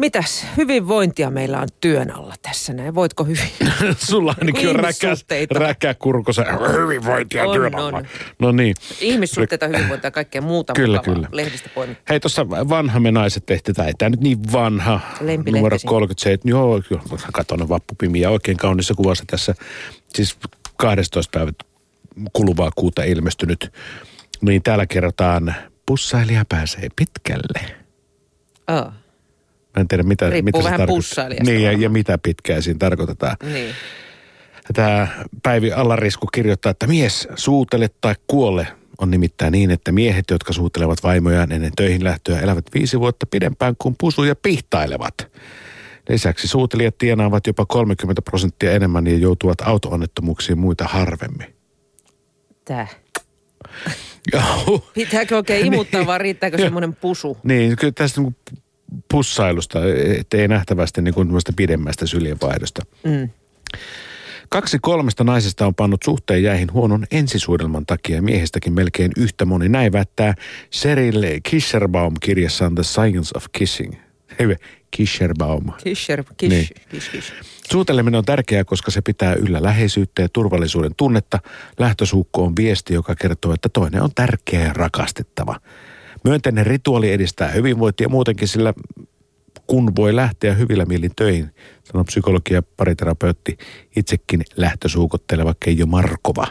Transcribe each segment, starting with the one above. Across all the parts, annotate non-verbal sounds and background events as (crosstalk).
Mitäs hyvinvointia meillä on työn alla tässä näin? Voitko hyvin? (laughs) Sulla ainakin on räkä, Ihmissuhteita. räkä kurkossa hyvinvointia On, työn on. alla. No niin. Ihmissuhteita, hyvinvointia ja kaikkea muuta Kyllä, mukavaa. kyllä. lehdistä poimittu. Hei, tuossa vanha me naiset tehtiin, tai ei tämä nyt niin vanha, Lempilehtesi. numero 37, joo, kyllä, mä katson vappupimiä, oikein kaunissa kuvassa tässä, siis 12 päivä kuluvaa kuuta ilmestynyt, niin täällä kerrotaan, pussailija pääsee pitkälle. Aa, Mä en tiedä, mitä, Riippuu mitä vähän se tarkoittaa. pussailijasta Niin, ja, varmaan. ja mitä pitkää siinä tarkoitetaan. niin. Tämä Päivi Allarisku kirjoittaa, että mies suutele tai kuole on nimittäin niin, että miehet, jotka suutelevat vaimojaan ennen töihin lähtöä, elävät viisi vuotta pidempään kuin pusuja pihtailevat. Lisäksi suutelijat tienaavat jopa 30 prosenttia enemmän ja joutuvat auto-onnettomuuksiin muita harvemmin. Tää. Joo. Pitääkö (laughs) oikein imuttaa, vaan riittääkö Niin. Joo. semmoinen pusu? Niin, kyllä tästä niinku pussailusta, et ei nähtävästi niin kuin pidemmästä syljenvaihdosta. Mm. Kaksi kolmesta naisesta on pannut suhteen jäihin huonon ensisuudelman takia ja miehestäkin melkein yhtä moni. Näin väittää Seril Kischerbaum kirjassaan The Science of Kissing. (laughs) Hei, Kischerbaum. Kisher, kish, Niin. niin. kish, kish. Suuteleminen on tärkeää, koska se pitää yllä läheisyyttä ja turvallisuuden tunnetta. Lähtösuukko on viesti, joka kertoo, että toinen on tärkeä ja rakastettava. Myönteinen rituaali edistää hyvinvointia muutenkin, sillä kun voi lähteä hyvillä mielin töihin, sanoo psykologi ja pariterapeutti itsekin lähtösuukotteleva Keijo Markova.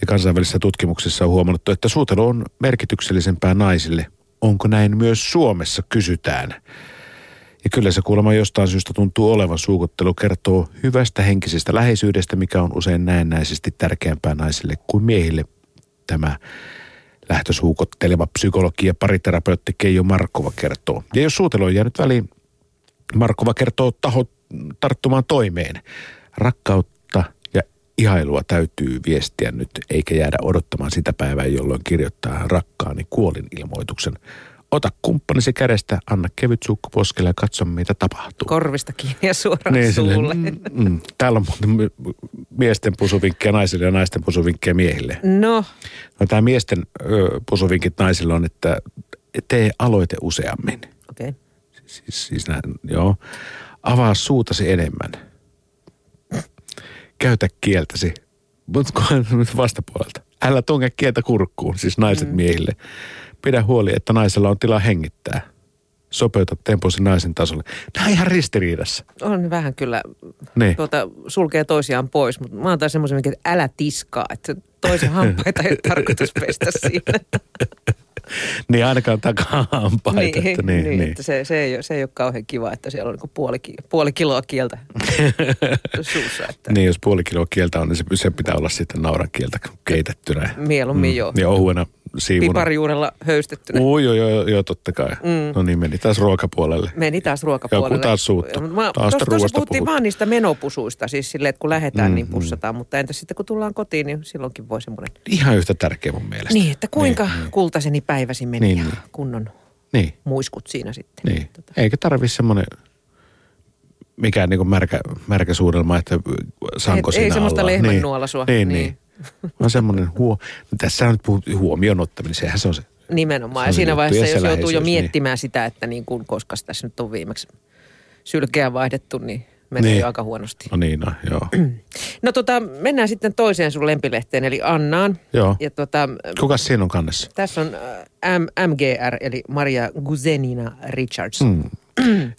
Ja kansainvälisissä tutkimuksissa on huomannut, että suutelu on merkityksellisempää naisille. Onko näin myös Suomessa, kysytään. Ja kyllä se kuulemma jostain syystä tuntuu olevan suukottelu kertoo hyvästä henkisestä läheisyydestä, mikä on usein näennäisesti tärkeämpää naisille kuin miehille. Tämä lähtösuukotteleva psykologi ja pariterapeutti Keijo Markova kertoo. Ja jos suutelu on jäänyt väliin, Markova kertoo taho tarttumaan toimeen. Rakkautta ja ihailua täytyy viestiä nyt, eikä jäädä odottamaan sitä päivää, jolloin kirjoittaa rakkaani kuolin ilmoituksen. Ota kumppanisi kädestä, anna kevyt suukku poskelle ja katso, mitä tapahtuu. Korvista kiinni ja suoraan suulle. silleen, mm, mm. Täällä on muuten my- miesten pusuvinkkejä naisille ja naisten pusuvinkkejä miehille. No, No, tämä miesten ö, pusuvinkit naisilla on, että tee aloite useammin. okei. Okay. Siis, siis nää, joo. Avaa suutasi enemmän. Käytä kieltäsi. Mutta nyt vastapuolelta. Älä tunge kieltä kurkkuun, siis naiset mm. miehille. Pidä huoli, että naisella on tilaa hengittää. Sopeuta temposi naisen tasolle. Nämä on ihan ristiriidassa. On vähän kyllä, Niin. tuota, sulkee toisiaan pois, mutta mä oon taas semmoisen, että älä tiskaa, että toisen hampaita ei ole tarkoitus pestä siinä. Niin ainakaan takahampaita. niin, että niin, niin, niin. Että se, se, ei, ole- se ei ole kauhean kiva, että siellä on niin puoli, ki- puoli kiloa (laughs) kieltä suussa. Että Niin, jos puoli kiloa kieltä on, niin se, se pitää olla sitten nauran kieltä keitettynä. Mieluummin joo. Mm. Ja ohuena siivuna. Piparijuurella höystettynä. Oi, joo, joo, joo, totta kai. Mm. No niin, meni taas ruokapuolelle. Meni taas ruokapuolelle. Joku taas suuttu. Mä, Taas tuossa, tuossa ruoasta puhuttiin puhuttu. vaan niistä menopusuista, siis silleen, että kun lähdetään, mm, niin pussataan. Mutta entäs sitten kun tullaan kotiin, niin silloinkin voi semmoinen. Ihan yhtä tärkeä mun mielestä. Niin, että kuinka niin, kultaseni päiväsi meni Niin, niin, ja niin. kunnon Niin, muiskut siinä sitten. niin. Eikä tarvi semmoinen mikään niinku märkä, märkä suudelma, että sanko Et- ei siinä semmoista alla. lehmännuolasua. Niin, niin. Niin. niin. Vaan semmoinen huo... No Tässä on nyt puhuttu huomioon ottaminen, sehän se on se. Nimenomaan. Se Ja on se siinä juttu. vaiheessa, Ja jos se joutuu jo läheisyys, niin. miettimään sitä, että niin kuin, koska tässä nyt on viimeksi sylkeä vaihdettu, niin menee Niin. jo aika huonosti. No niin, no, joo. No tota, mennään sitten toiseen sun lempilehteen, eli Annaan. joo. Ja tota, Kukas siinä on kannessa? tässä on äh, M- MGR, eli Maria Guzenina Richards. Mm.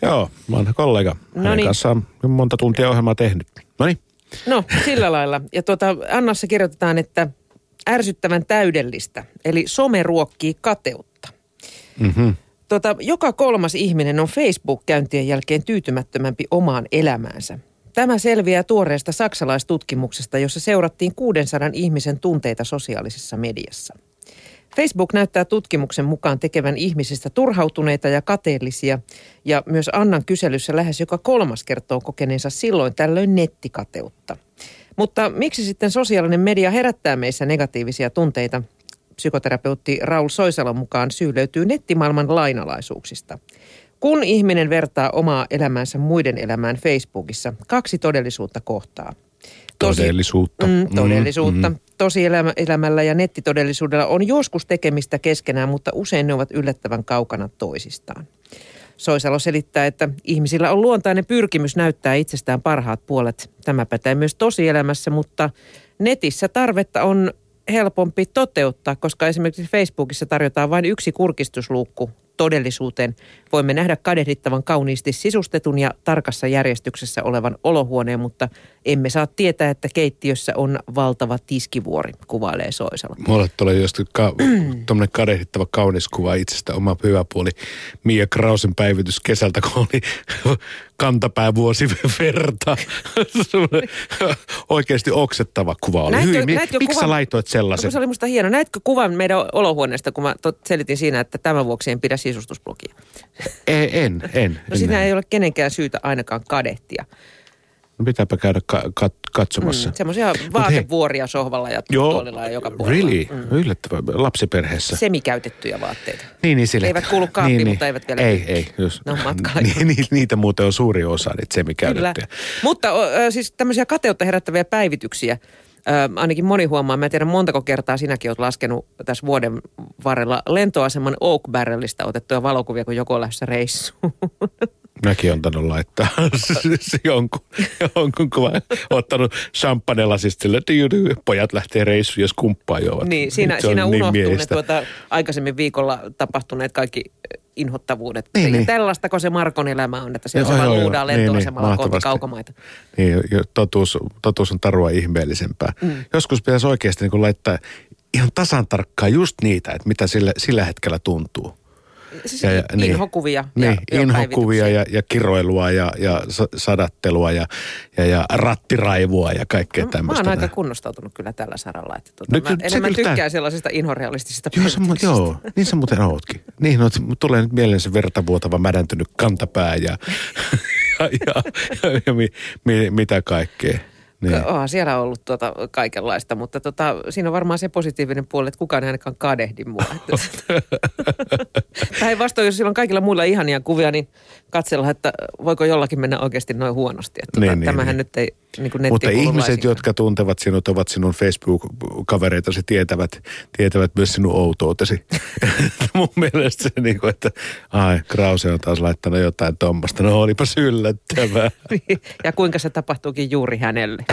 Joo, vanha kollega. Hänen Noniin. kanssaan on monta tuntia ohjelmaa tehnyt. No niin. No, sillä lailla. Ja tuota, Annassa kirjoitetaan, että ärsyttävän täydellistä, eli some ruokkii kateutta. Mm-hmm. Tota, joka kolmas ihminen on Facebook-käyntien jälkeen tyytymättömämpi omaan elämäänsä. Tämä selviää tuoreesta saksalaistutkimuksesta, jossa seurattiin 600 ihmisen tunteita sosiaalisessa mediassa. Facebook näyttää tutkimuksen mukaan tekevän ihmisistä turhautuneita ja kateellisia, ja myös Annan kyselyssä lähes joka kolmas kertoo kokeneensa silloin tällöin nettikateutta. Mutta miksi sitten sosiaalinen media herättää meissä negatiivisia tunteita? Psykoterapeutti Raul Soisalon mukaan syy löytyy nettimaailman lainalaisuuksista. Kun ihminen vertaa omaa elämäänsä muiden elämään Facebookissa, kaksi todellisuutta kohtaa. Todellisuutta. Mm, todellisuutta. Mm, mm. Tosielämällä ja nettitodellisuudella on joskus tekemistä keskenään, mutta usein ne ovat yllättävän kaukana toisistaan. Soisalo selittää, että ihmisillä on luontainen pyrkimys näyttää itsestään parhaat puolet. Tämä pätee myös tosielämässä, mutta netissä tarvetta on helpompi toteuttaa, koska esimerkiksi Facebookissa tarjotaan vain yksi kurkistusluukku todellisuuteen. Voimme nähdä kadehdittavan kauniisti sisustetun ja tarkassa järjestyksessä olevan olohuoneen, mutta emme saa tietää, että keittiössä on valtava tiskivuori, kuvailee Soisala. Mulle tulee jostain (clears throat) ka- tuommoinen kadehdittava kaunis kuva itsestä, oma hyvä puoli. Mia Krausen päivitys kesältä, kun oli (laughs) kantapää vuosi (laughs) verta. Semmoinen Oikeasti oksettava kuva oli. Näitkö- Hyi, mi- näitkö miksi sä kuvan- laitoit No, kun sellaisen? se oli musta hieno. Näetkö kuvan meidän olohuoneesta, kun mä tot- selitin siinä, että tämän vuoksi en pidä sisustusblogia? Ei, E- en, en. No en siinä näe. ei ole kenenkään syytä ainakaan kadehtia. No Pitääpä käydä ka- kat- katsomassa. Semmoisia vaatevuoria sohvalla ja Mm. tuolilla ja joka puolella. really? Mm. Yllättävää. Lapsiperheessä. Semikäytettyjä vaatteita. Niin, niin sille. Eivät kuulu kaappiin, mutta eivät vielä Ei, tykkää. ei. Just. Ne on (laughs) matkalla. Ni, ni, niitä muuten on suuri osa, niitä Kyllä. semikäytettyjä. Mutta o, ö, siis tämmöisiä kateutta herättäviä päivityksiä. Ö, ainakin moni huomaa, mä en tiedä montako kertaa sinäkin oot laskenut tässä vuoden varrella lentoaseman Oak Barrelista otettuja valokuvia, kun joku on lähdössä reissuun. Mäkin on tainnut laittaa (laughs) siis jonkun, jonkun kuvan. Ottanut champagnelasista sille, että pojat lähtee reissuun, jos kumppaa (laughs) juovat. niin, siinä, Se on siinä niin unohtuu ne miehistä. tuota, aikaisemmin viikolla tapahtuneet kaikki ö, inhottavuudet. Niin, ja niin. tällaistako se Markon elämä on, että siellä se Joo, joo, vaan joo. luudaan Niin, niin, lentoasemalla kohti mahtavasti. kaukomaita. Niin, jo- totuus, totuus on tarua ihmeellisempää. Mm. Joskus pitäisi oikeasti niin laittaa ihan tasan tarkkaan just niitä, että mitä sillä, sillä hetkellä tuntuu. Siis ja, ja, niin. inhokuvia. Niin, ja inhokuvia ja, ja kiroilua ja, ja sa- sadattelua ja, ja, ja rattiraivoa ja kaikkea No, Mä tämmöistä. oon aika kunnostautunut kyllä tällä saralla. Että tuota, No mä kyllä se enemmän kyllä tää- tykkään sellaisista inhorealistisista Joo, sä, mu- päivityksistä. joo, niin sä muuten ootkin. Niin, no, t- mut tulee nyt mieleen se vertavuotava mädäntynyt kantapää ja, (laughs) ja, ja, ja, ja mi, mi, mitä kaikkea. Niin. Onhan siellä on ollut tuota kaikenlaista, mutta tota, siinä on varmaan se positiivinen puoli, että kukaan ei ainakaan kadehdi (laughs) mua. (laughs) Päinvastoin, jos sillä on kaikilla muilla ihania kuvia, niin katsella, että voiko jollakin mennä oikeasti noin huonosti. Että Niin, tota, niin, tämähän niin. nyt ei niin kuin Mutta ihmiset, (laughs) jotka jotka tuntevat sinut, ovat sinun Facebook-kavereitasi, tietävät, tietävät myös sinun outoutesi. (laughs) Mun mielestä se niin kuin, että ai, Krause on taas laittanut jotain tuommoista. No olipas yllättävää. ja kuinka se tapahtuukin juuri hänelle.